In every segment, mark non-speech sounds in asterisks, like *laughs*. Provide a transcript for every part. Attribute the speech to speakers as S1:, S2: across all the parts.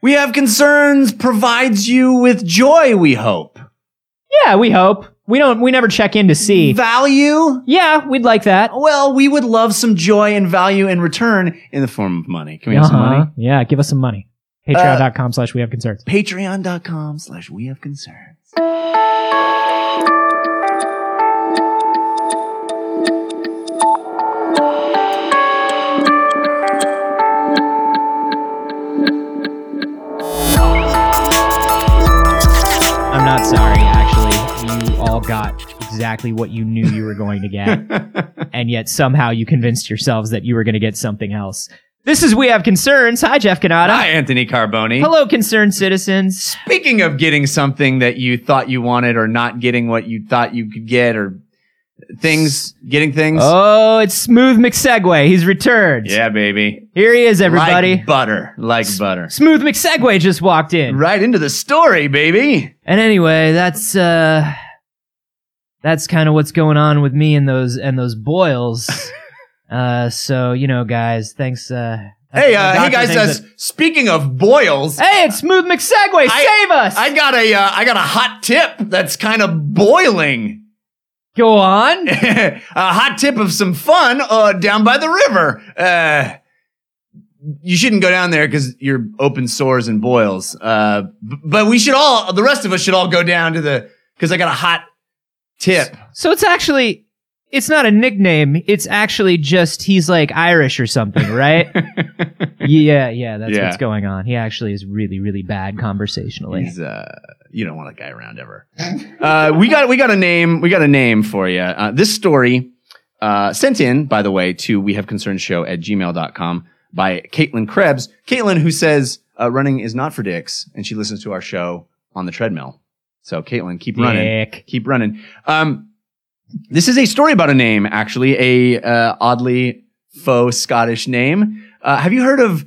S1: We Have Concerns provides you with joy, we hope.
S2: Yeah, we hope. We don't. We never check in to see.
S1: Value?
S2: Yeah, we'd like that.
S1: Well, we would love some joy and value in return in the form of money. Can we have some
S2: Uh-huh.
S1: money?
S2: Yeah, give us some money. Patreon.com slash we have concerns.
S1: Patreon.com slash we have concerns.
S2: I'm not sorry, actually. You all got exactly what you knew you were going to get. *laughs* and yet somehow you convinced yourselves that you were going to get something else. This is We Have Concerns. Hi, Jeff Canada.
S1: Hi, Anthony Carboni.
S2: Hello, concerned citizens.
S1: Speaking of getting something that you thought you wanted or not getting what you thought you could get or things, getting things.
S2: Oh, it's Smooth McSegway. He's returned.
S1: Yeah, baby.
S2: Here he is, everybody.
S1: Like butter. Like butter.
S2: Smooth McSegway just walked in.
S1: Right into the story, baby.
S2: And anyway, that's uh that's kind of what's going on with me and those and those boils.
S1: *laughs*
S2: uh so, you know, guys, thanks uh
S1: Hey,
S2: the
S1: uh, hey
S2: doctor
S1: guys, uh,
S2: thinks that-
S1: speaking of boils,
S2: Hey, it's Smooth McSegway.
S1: I-
S2: Save us.
S1: I got a uh, I got a hot tip that's kind of boiling. *laughs*
S2: Go on.
S1: a hot tip of some fun uh, down by the river. Uh, you shouldn't go down there because you're open sores and boils. Uh, b- but we should all, the rest of us should all go down to the because I got a hot tip.
S2: So it's actually it's not a nickname. It's actually just he's like Irish or
S1: *laughs*
S2: something, right? yeah, yeah, that's
S1: Yeah.
S2: what's going on. He actually is really, really bad conversationally.
S1: He's, uh, you don't want a guy around
S2: *laughs*
S1: ever. uh, we got we got a name we got a name for you. Uh, this story uh, sent in by the way to we have concern show at gmail.com by Caitlin Krebs. Caitlin who says uh, running is not for dicks and she listens to our show on the treadmill. So Caitlin, keep running
S2: Dick.
S1: keep running. Um, this is a story about a name, actually, a uh, oddly faux Scottish name. Uh, have you heard of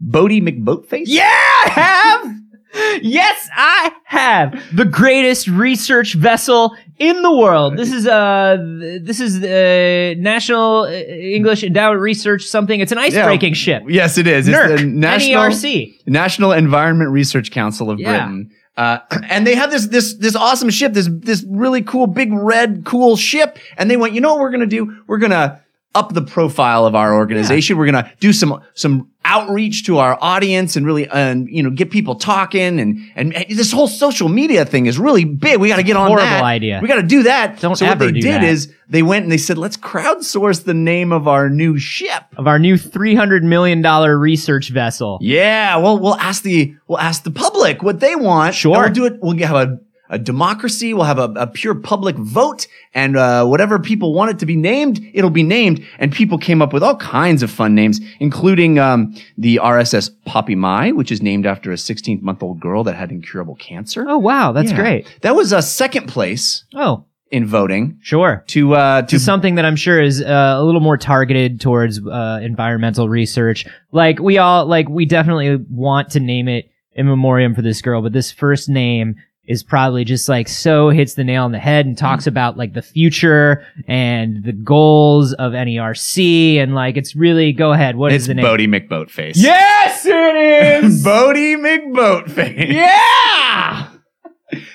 S1: Bodie McBoatface?
S2: Yeah, I have. yes, I have. The greatest research vessel in the world. This is uh th- this is uh, National uh, English Endowment Research something. It's an
S1: Yeah.
S2: ice-breaking ship. E
S1: Yes, it is.
S2: NERC,
S1: it's the National,
S2: NERC.
S1: National Environment Research Council of
S2: Yeah.
S1: Britain. Uh, and they have this this this awesome ship, this this really cool big red cool ship. And they went, you know what we're gonna do? We're gonna up the profile of our organization. We're gonna do some some outreach to our audience and really and you know get people talking and, and and this whole social media thing is really big. We got to get on
S2: Horrible
S1: that.
S2: idea.
S1: We got to do that.
S2: Don't
S1: so what
S2: ever
S1: they
S2: do
S1: did
S2: that.
S1: is they went and they said, let's crowdsource the name of our new ship.
S2: Of our new three hundred million dollar research vessel.
S1: Yeah, well, we'll ask the we'll ask the public what they want.
S2: Sure.
S1: and we'll do it. We'll have a, a democracy. We'll have a, a pure public vote, and uh, whatever people want it to be named, it'll be named. And people came up with all kinds of fun names, including um, the RSS Poppy Mai, which is named after a 16 month old girl that had incurable cancer.
S2: Oh wow, that's
S1: Yeah.
S2: great.
S1: That was a second place
S2: Oh
S1: in voting
S2: sure.
S1: to uh,
S2: To
S1: to
S2: something that I'm sure is uh, a little more targeted towards uh, environmental research. Like we all like we definitely want to name it in memoriam for this girl, but this first name is probably just like so hits the nail on the head and
S1: Mm.
S2: talks about like the future and the goals of NERC and like it's really go ahead. What is
S1: it's
S2: the name?
S1: Bodie McBoatface.
S2: Yes, it
S1: *laughs*
S2: is.
S1: Bodie McBoatface.
S2: yeah.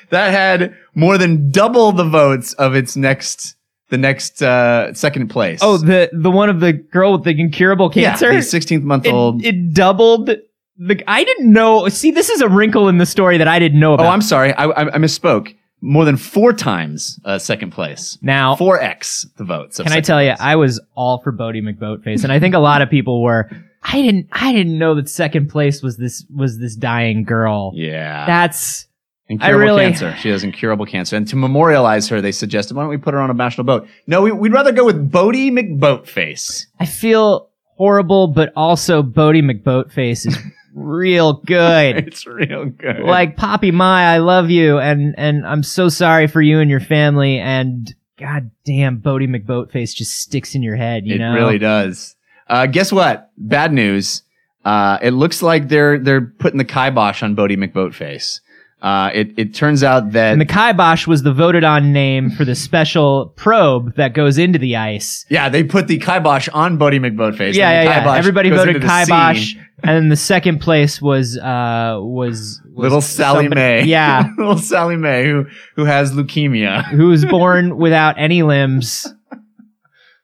S1: that had more than double the votes of its next the next uh second place
S2: Oh, the the one of the girl with the incurable
S1: yeah,
S2: cancer.
S1: the 16th month old
S2: it, it doubled the i didn't know see this is a wrinkle in the story that i didn't know
S1: oh
S2: about
S1: i'm sorry I, I i misspoke more than four times uh second place
S2: now
S1: 4x the votes of
S2: can i
S1: second
S2: tell you
S1: place.
S2: i was all for bodie mcboatface and i think a lot of people were i didn't i didn't know that second place was this was this dying girl
S1: yeah
S2: that's
S1: incurable
S2: really-
S1: cancer she has incurable cancer and to memorialize her they suggested why don't we put her on a national boat no we, we'd rather go with bodie mcboatface *laughs*
S2: i feel horrible but also bodie mcboatface is *laughs* real
S1: *laughs*
S2: good
S1: it's real good
S2: like poppy my i love you and and i'm so sorry for you and your family and god damn bodie mcboatface just sticks in your head you
S1: it
S2: know
S1: really does. Uh, guess what? Bad news. Uh, it looks like they're they're putting the kibosh on Bodie McBoatface. Uh, it, it turns out that
S2: And the kibosh was the voted on name for the special probe that goes into the ice.
S1: yeah, they put the kibosh on Buddy McBoatface.
S2: Yeah,
S1: and the
S2: yeah, yeah.
S1: kibosh
S2: Everybody
S1: goes
S2: voted
S1: into the
S2: kibosh,
S1: scene. *laughs*
S2: and then the second place was uh was, was
S1: Little Sally
S2: somebody-
S1: Mae. *laughs*
S2: Yeah,
S1: little Sally Mae who who has
S2: *laughs*
S1: leukemia.
S2: who was born without any limbs,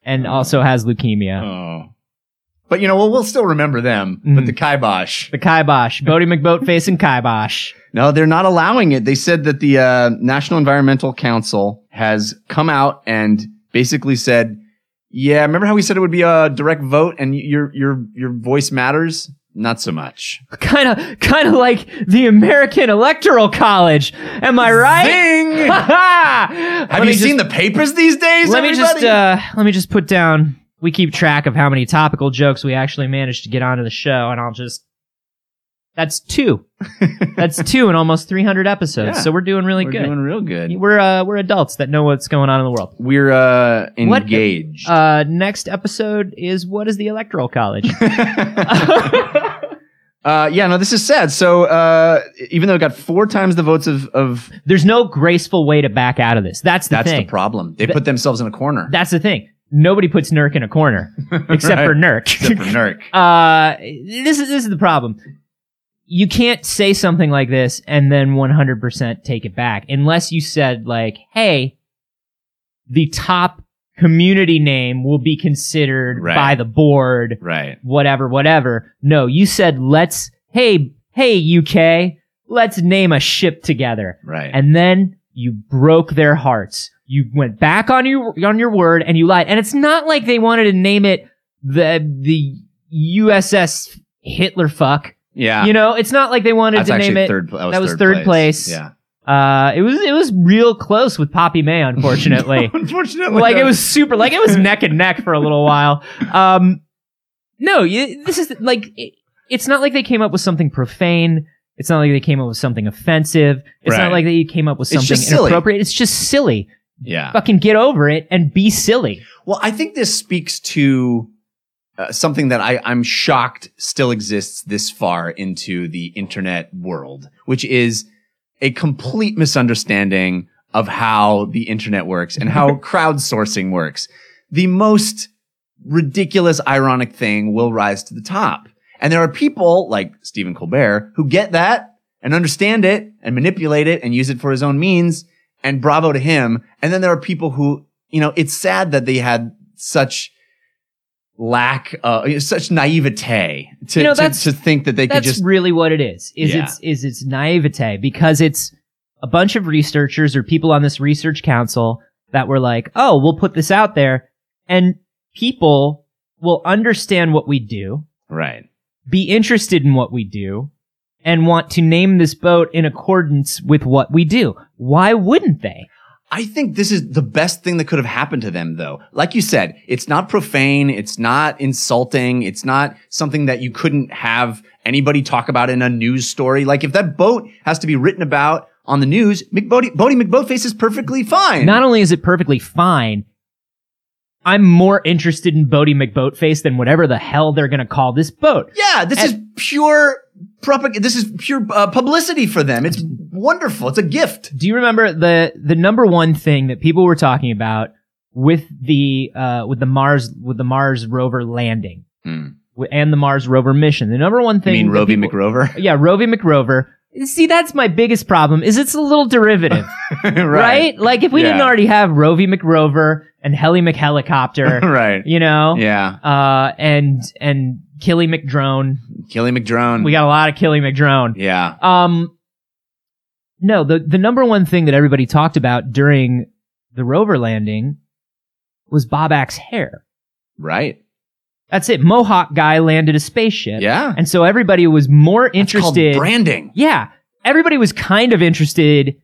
S2: and also has leukemia.
S1: Oh. But you know, well, we'll still remember them. But
S2: Mhm.
S1: the kibosh.
S2: The kibosh, Bodie McBoatface, and kibosh.
S1: No, they're not allowing it. They said that the uh, National Environmental Council has come out and basically said, "Yeah, remember how we said it would be a direct vote and y- your your your voice matters? Not so much."
S2: Kind of, kind of like the American Electoral College. Am I *laughs* right?
S1: Zing!
S2: Ha ha!
S1: Have you seen the papers these days?
S2: Let me just
S1: everybody?
S2: uh, let me just put down. We keep track of how many topical jokes we actually managed to get onto the show, and I'll just.
S1: *laughs*
S2: That's two. That's two in almost 300 episodes.
S1: Yeah.
S2: So we're doing really
S1: we're
S2: good.
S1: doing real good.
S2: we're uh, we're adults that know what's going on in the world.
S1: We're uh,
S2: What-
S1: engaged.
S2: Uh, *laughs* next episode is what is the electoral college?
S1: *laughs*
S2: *laughs*
S1: Uh, yeah, no, this is sad. So uh, even though it got four times the votes of, of
S2: There's no graceful way to back out of this. That's the
S1: that's
S2: thing.
S1: the problem. They
S2: Th-
S1: put themselves in a corner.
S2: That's the thing. Nobody puts Nurk in
S1: *laughs*
S2: a corner except for
S1: Right.
S2: Nurk.
S1: Except for Nurk.
S2: *laughs* Uh, this is this is the problem. You can't say something like this and then 100% take it back unless you said like, "Hey, the top community name will be considered
S1: Right.
S2: by the board,
S1: Right.
S2: whatever, whatever." No, you said, "Let's hey, hey UK, let's name a ship together."
S1: Right.
S2: And then you broke their hearts. You went back on your on your word and you lied. And it's not like they wanted to name it the the USS Hitler fuck.
S1: yeah.
S2: You know, it's not like they wanted
S1: that's
S2: to name
S1: actually
S2: it.
S1: third.
S2: that was third place.
S1: Yeah. *laughs*
S2: Uh, it was it was real close with Poppy May, unfortunately.
S1: *laughs* Unfortunately,
S2: like it was super. Like it
S1: *laughs*
S2: was neck and neck for a little while. Um, no, you, this is like it, it's not like they came up with something profane. It's not like they came up with something offensive. It's
S1: Right.
S2: not like they came up with
S1: It's
S2: something
S1: just silly.
S2: inappropriate. It's just silly.
S1: Yeah.
S2: Fucking get over it and be silly.
S1: Well, I think this speaks to uh, something that I, I'm shocked still exists this far into the internet world, which is a complete misunderstanding of how the internet works and
S2: *laughs*
S1: how crowdsourcing works. The most ridiculous, ironic thing will rise to the top. And there are people like Stephen Colbert who get that and understand it and manipulate it and use it for his own means. And bravo to him. And then there are people who, you know, it's sad that they had such lack, uh, such naivete to,
S2: You know,
S1: to-
S2: that's-
S1: to think that they could
S2: That's
S1: just
S2: really what it is. Is
S1: Yeah.
S2: it's is it's naivete because it's a bunch of researchers or people on this research council that were like, oh, we'll put this out there, and people will understand what we do.
S1: right.
S2: be interested in what we do and want to name this boat in accordance with what we do. Why wouldn't they?
S1: I think this is the best thing that could have happened to them, though. Like you said, it's not profane. It's not insulting. It's not something that you couldn't have anybody talk about in a news story. Like if that boat has to be written about on the news, McBodie, Bodie McBoatface is perfectly fine.
S2: Not only is it perfectly fine, I'm more interested in Bodie McBoatface than whatever the hell they're going to call this boat.
S1: yeah, this is pure propaganda. This is pure uh, publicity for them. It's wonderful. It's a gift.
S2: Do you remember the the number one thing that people were talking about with the uh, with the Mars with the Mars rover landing
S1: Hmm.
S2: wi- and the Mars rover mission? The number one
S1: I
S2: thing
S1: mean,
S2: that
S1: Roby
S2: people-
S1: McRover, *laughs*
S2: yeah, Rovi McRover. See, that's my biggest problem is it's a
S1: *laughs*
S2: little derivative. right? Like if we didn't
S1: Yeah.
S2: already have Rovi McRover and Helly
S1: *laughs* *laughs*
S2: McHelicopter,
S1: right.
S2: you know,
S1: Yeah,
S2: uh, and and Killy McDrone.
S1: Killy McDrone.
S2: We got a lot of Killy McDrone.
S1: yeah,
S2: Um, no, the the number one thing that everybody talked about during the rover landing was Bob Axe hair.
S1: right.
S2: That's it. Mohawk guy landed a spaceship.
S1: Yeah,
S2: And so everybody was more
S1: It's called
S2: interested.
S1: branding.
S2: yeah, everybody was kind of interested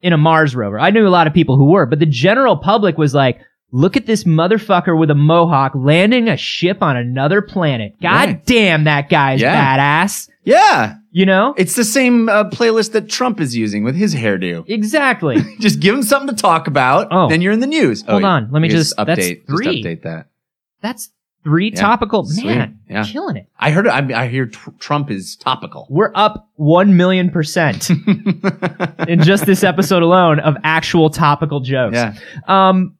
S2: in a Mars rover. I knew a lot of people who were, but the general public was like, look at this motherfucker with a mohawk landing a ship on another planet. God
S1: Right.
S2: damn, that guy's badass.
S1: Yeah,
S2: You know?
S1: it's the same uh, playlist that Trump is using with his hairdo.
S2: Exactly.
S1: Just give him something to talk about,
S2: Oh.
S1: then you're in the news. Oh,
S2: Hold
S1: yeah.
S2: on. Let me
S1: You
S2: just, that's
S1: update.
S2: three.
S1: Just update that.
S2: That's three
S1: Yeah.
S2: topical.
S1: Sweet.
S2: Man,
S1: Yeah.
S2: killing it.
S1: I heard. I, I hear tr- Trump is topical. *laughs*
S2: We're up one million percent in just this episode alone of actual topical jokes.
S1: yeah.
S2: Um,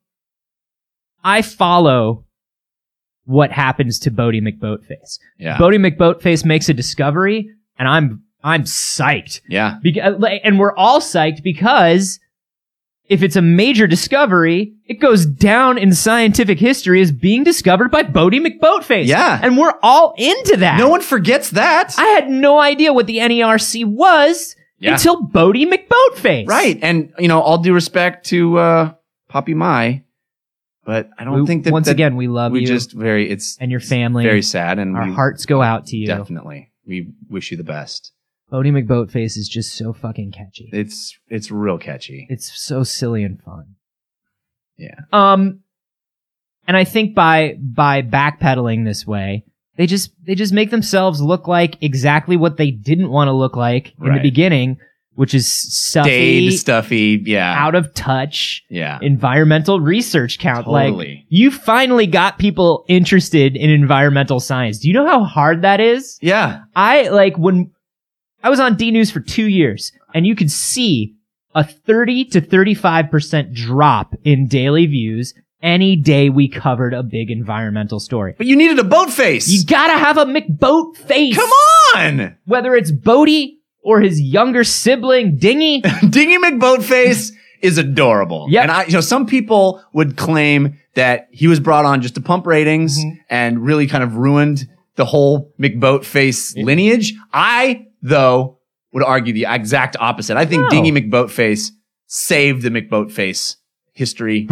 S2: I follow what happens to Bodie McBoatface.
S1: Yeah.
S2: Bodie McBoatface makes a discovery, and I'm I'm psyched.
S1: yeah.
S2: Beca- like, and we're all psyched because if it's a major discovery, it goes down in scientific history as being discovered by Bodie McBoatface.
S1: Yeah.
S2: and we're all into that.
S1: No one forgets that.
S2: I had no idea what the NERC was
S1: Yeah.
S2: until Bodie McBoatface.
S1: right. And you know, all due respect to uh, Poppy Mai, but I don't
S2: We-
S1: think that
S2: once
S1: that
S2: again we love
S1: we
S2: you
S1: just very it's
S2: and your family.
S1: very sad and
S2: Our
S1: we
S2: hearts go out to you.
S1: definitely we wish you the best.
S2: Bodie McBoatface is just so fucking catchy.
S1: It's it's real catchy.
S2: It's so silly and fun.
S1: Yeah.
S2: Um and I think by by backpedaling this way, they just they just make themselves look like exactly what they didn't want to look like in the
S1: Right.
S2: beginning, which is stuffy,
S1: Dade stuffy. Yeah.
S2: out of touch
S1: yeah.
S2: environmental research count like
S1: Totally.
S2: you finally got people interested in environmental science. Do you know how hard that is?
S1: yeah.
S2: I like when I was on D News for two years, and you could see a 30 to 35% drop in daily views any day we covered a big environmental story.
S1: But you needed a boat face.
S2: You gotta have a McBoat
S1: *laughs*
S2: face. *laughs*
S1: Come on. *laughs*
S2: Whether it's Bodie or his younger sibling,
S1: *laughs*
S2: Dingy.
S1: Dingy McBoatface is adorable.
S2: Yep.
S1: And I, you know, some people would claim that he was brought on just to pump ratings
S2: Mhm.
S1: and really kind of ruined the whole McBoatface lineage. I, though, would argue the exact opposite. I think
S2: No.
S1: Dingy McBoatface saved the McBoatface
S2: *laughs*
S1: history.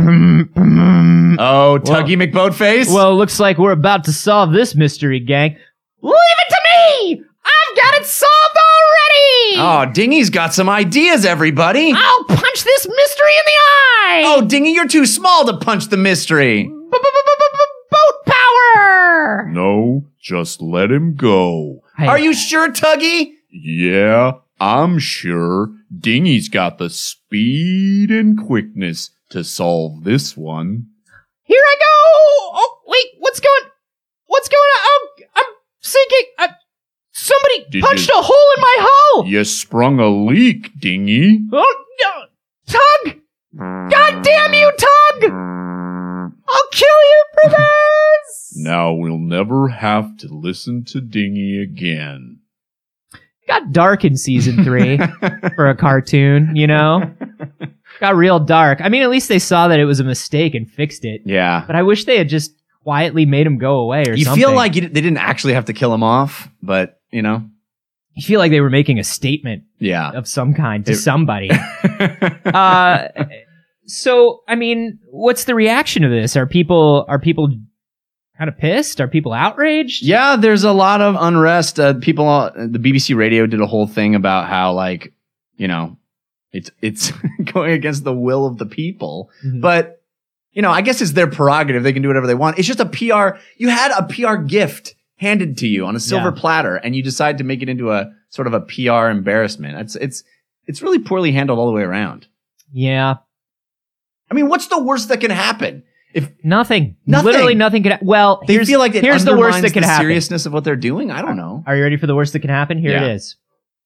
S2: well,
S1: Oh, Tuggy McBoatface.
S2: it looks like we're about to solve this mystery, gang. Leave it to me! I've got it solved already!
S1: oh, Dingy's got some ideas, everybody.
S2: I'll punch this mystery in the eye!
S1: Oh, Dingy, you're too small to punch the mystery.
S2: Boat power!
S3: No, just let him go.
S1: Are you sure, Tuggy?
S3: Yeah, I'm sure Dingy's got the speed and quickness to solve this one.
S2: Here I go! Oh, wait, what's going? What's going on? Oh, I'm, I'm sinking. I, somebody
S3: Did
S2: punched
S3: you-
S2: a hole in my hull.
S3: You sprung a leak, Dingy.
S2: Oh no, Tug! God damn you, Tug! I'll kill you for this.
S3: Now we'll never have to listen to Dingy again.
S2: Got dark in season
S3: *laughs*
S2: three for a cartoon, you know. Got real dark. I mean, at least they saw that it was a mistake and fixed it.
S1: Yeah.
S2: But I wish they had just quietly made him go away or
S1: you
S2: something.
S1: feel like you, they didn't actually have to kill him off, but you know,
S2: you feel like they were making a statement
S1: yeah,
S2: of some kind to
S1: It- *laughs*
S2: somebody. uh, so I mean, what's the reaction to this? Are people are people kind of pissed? Are people outraged?
S1: yeah. There's a lot of unrest. Uh, people, uh, the BBC Radio did a whole thing about how, like, you know, it's it's *laughs* going against the will of the people,
S2: Mhm.
S1: but you know, I guess it's their prerogative. They can do whatever they want. It's just a PR. You had a PR gift handed to you on a silver platter, and you decide to make it into a sort of a PR embarrassment. It's it's it's really poorly handled all the way around.
S2: yeah,
S1: I mean, what's the worst that can happen?
S2: nothing.
S1: Nothing.
S2: Literally nothing could. Ha- well,
S1: They
S2: here's
S1: feel like it
S2: here's the worst
S1: undermines
S2: that could
S1: the
S2: happen.
S1: Seriousness of what they're doing. I don't know.
S2: Are you ready for the worst that can happen? Here
S1: Yeah.
S2: it is.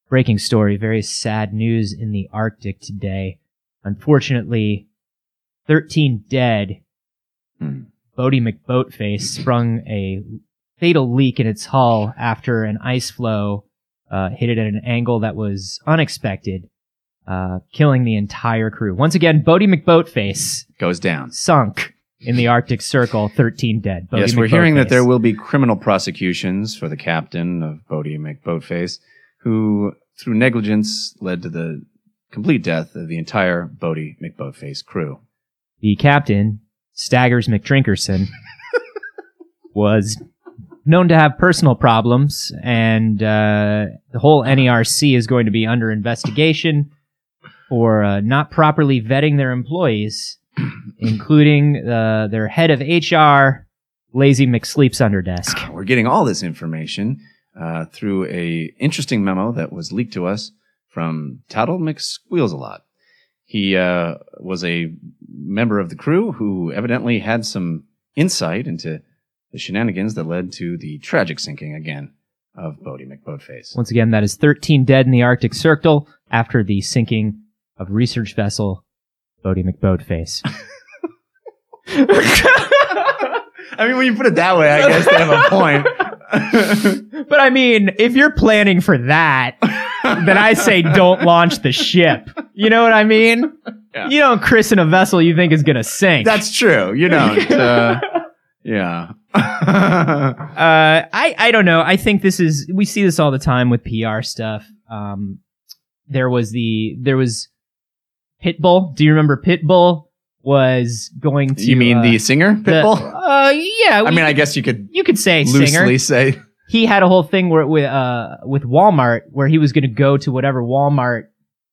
S2: Breaking story. Very sad news in the Arctic today. Unfortunately, 13 dead.
S1: Hmm.
S2: Bodie McBoatface sprung a fatal leak in its hull after an ice flow uh, hit it at an angle that was unexpected, uh, killing the entire crew. Once again, Bodie McBoatface
S1: Goes down.
S2: sunk in the Arctic Circle. 13 dead. Bodie
S1: yes, we're hearing that there
S2: McBoatface.
S1: will be criminal prosecutions for the captain of Bodie McBoatface, who, through negligence, led to the complete death of the entire Bodie McBoatface crew.
S2: the captain, Staggers McDrinkerson, was known to have personal problems, and uh, the whole NERC is going to be under investigation for uh, not properly vetting their employees, including uh, their head of HR, Lazy McSleeps Under Desk.
S1: We're getting all this information uh, through a interesting memo that was leaked to us from Tuttle McSqueals a lot. He uh, was a member of the crew who evidently had some insight into the shenanigans that led to the tragic sinking again of Bodie McBoatface.
S2: Once again, that is 13 dead in the Arctic Circle after the sinking of research vessel Bodie McBoatface.
S1: I mean, when you put it that way, I guess they have a point.
S2: but I mean, if you're planning for that, then I say don't launch the ship. You know what I mean?
S1: Yeah.
S2: You don't christen a vessel you think is going to sink.
S1: That's true. You know. it's, uh, yeah. *laughs*
S2: uh, I I don't know. I think this is we see this all the time with PR stuff. Um, there was the there was Pitbull. Do you remember Pitbull was going to?
S1: you mean
S2: uh,
S1: the singer Pitbull?
S2: Uh, yeah.
S1: I
S2: we-
S1: mean, I guess you could
S2: you could say singer.
S1: loosely say
S2: he had a whole thing where with uh with Walmart where he was going to go to whatever Walmart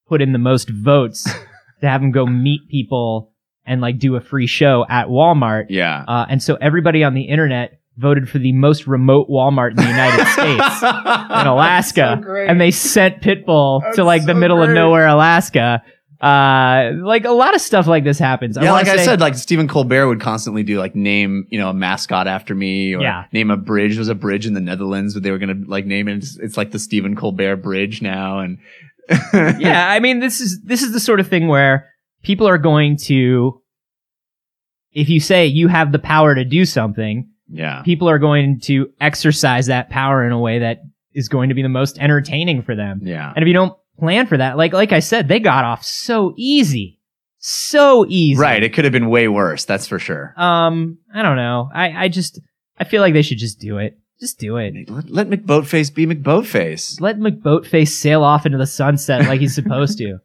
S2: put in the
S1: *laughs*
S2: most votes to have him go meet people and like do a free show at Walmart.
S1: yeah.
S2: Uh, and so everybody on the internet voted for the most remote Walmart in
S1: *laughs*
S2: the United *laughs* States in Alaska, and they sent Pitbull
S1: That's
S2: to like the
S1: so
S2: middle
S1: great.
S2: of nowhere, Alaska. Uh, like a lot of stuff like this happens.
S1: yeah,
S2: wanna
S1: like I
S2: say-
S1: said, like Stephen Colbert would constantly do like name, you know, a mascot after me or
S2: Yeah.
S1: name a bridge. There was a bridge in the Netherlands that they were going to like name it. It's, it's like the Stephen Colbert Bridge now. And
S2: yeah, I mean this is this is the sort of thing where people are going to if you say you have the power to do something,
S1: *laughs* yeah.
S2: people are going to exercise that power in a way that is going to be the most entertaining for them.
S1: Yeah.
S2: And if you don't plan for that, like like I said, they got off so easy. So easy.
S1: Right. It could have been way worse. That's for sure.
S2: Um, I don't know. I I just I feel like they should just do it. Just do it.
S1: Let, let McBoatface be McBoatface.
S2: Let McBoatface sail off into the sunset like he's
S1: *laughs*
S2: supposed to.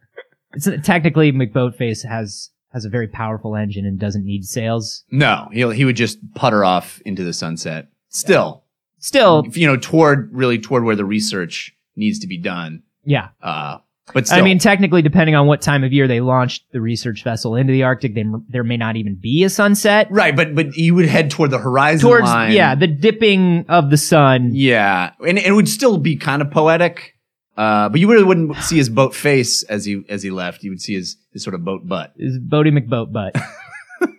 S2: It's technically McBoatface has has a very powerful engine and doesn't need sails.
S1: No, he he would just putter off into the sunset. Still,
S2: Still,
S1: you know, toward really toward where the research needs to be done.
S2: yeah.
S1: Uh, but still,
S2: I mean, technically, depending on what time of year they launched the research vessel into the Arctic, they, there may not even be a sunset.
S1: right? But but you would head toward the horizon
S2: Towards
S1: line.
S2: yeah, the dipping of the sun.
S1: yeah, and it would still be kind of poetic. Uh, but you really wouldn't see his boat face as he as he left. You would see his his sort of boat butt.
S2: is Bodie
S1: *laughs*
S2: McBoat butt.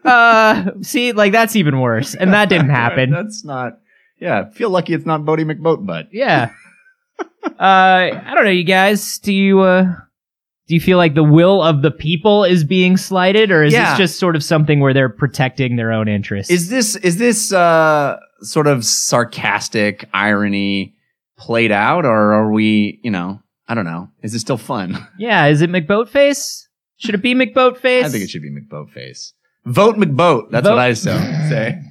S2: uh, see, like that's even worse, and that didn't happen.
S1: That's not. Yeah, feel lucky it's not Bodie McBoat butt.
S2: Yeah. Uh, I don't know, you guys. Do you uh, do you feel like the will of the people is being slighted, or is
S1: Yeah.
S2: this just sort of something where they're protecting their own interests?
S1: Is this is this uh, sort of sarcastic irony played out, or are we? You know, I don't know. Is it still fun? *laughs*
S2: yeah, is it McBoatface? Should it be McBoatface?
S1: I think it should be McBoatface. Vote McBoat. That's
S2: Vote-
S1: what I so,
S2: *laughs*
S1: say.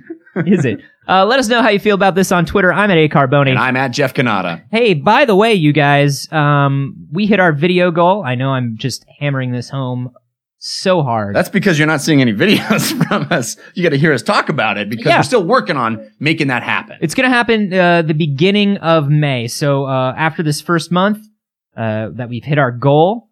S2: is it? Uh, let us know how you feel about this on Twitter. I'm at A Carboni.
S1: And I'm at Jeff Canada.
S2: Hey, by the way, you guys, um, we hit our video goal. I know I'm just hammering this home so hard.
S1: That's because you're not seeing any *laughs* videos from us. You got to hear us talk about it because
S2: Yeah.
S1: we're still working on making that happen.
S2: It's going to happen uh, the beginning of May. So uh, after this first month uh, that we've hit our goal,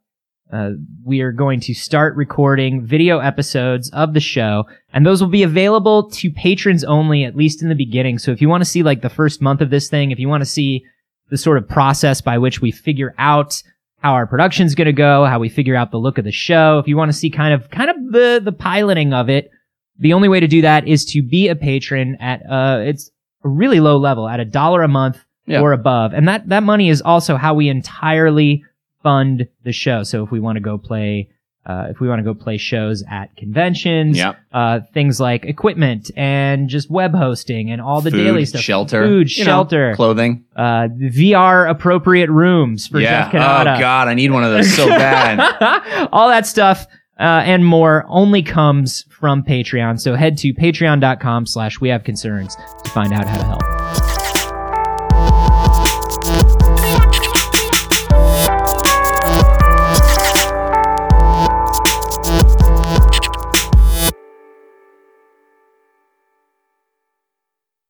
S2: uh, we are going to start recording video episodes of the show, and those will be available to patrons only, at least in the beginning. So if you want to see like the first month of this thing, if you want to see the sort of process by which we figure out how our production's going to go, how we figure out the look of the show, if you want to see kind of kind of the the piloting of it, the only way to do that is to be a patron at uh it's a really low level at a dollar a month
S1: Yeah.
S2: or above. And that, that money is also how we entirely fund the show. So if we want to go play, uh, if we want to go play shows at conventions,
S1: Yep.
S2: uh, things like equipment and just web hosting and all the
S1: Food,
S2: daily stuff,
S1: shelter,
S2: food,
S1: you know,
S2: shelter,
S1: clothing.
S2: uh, VR appropriate rooms for
S1: yeah.
S2: Jeff
S1: oh
S2: Canada.
S1: God, I need one of
S2: *laughs*
S1: those so bad.
S2: All that stuff uh, and more only comes from Patreon. So head to patreon.com slash we have concerns to find out how to help.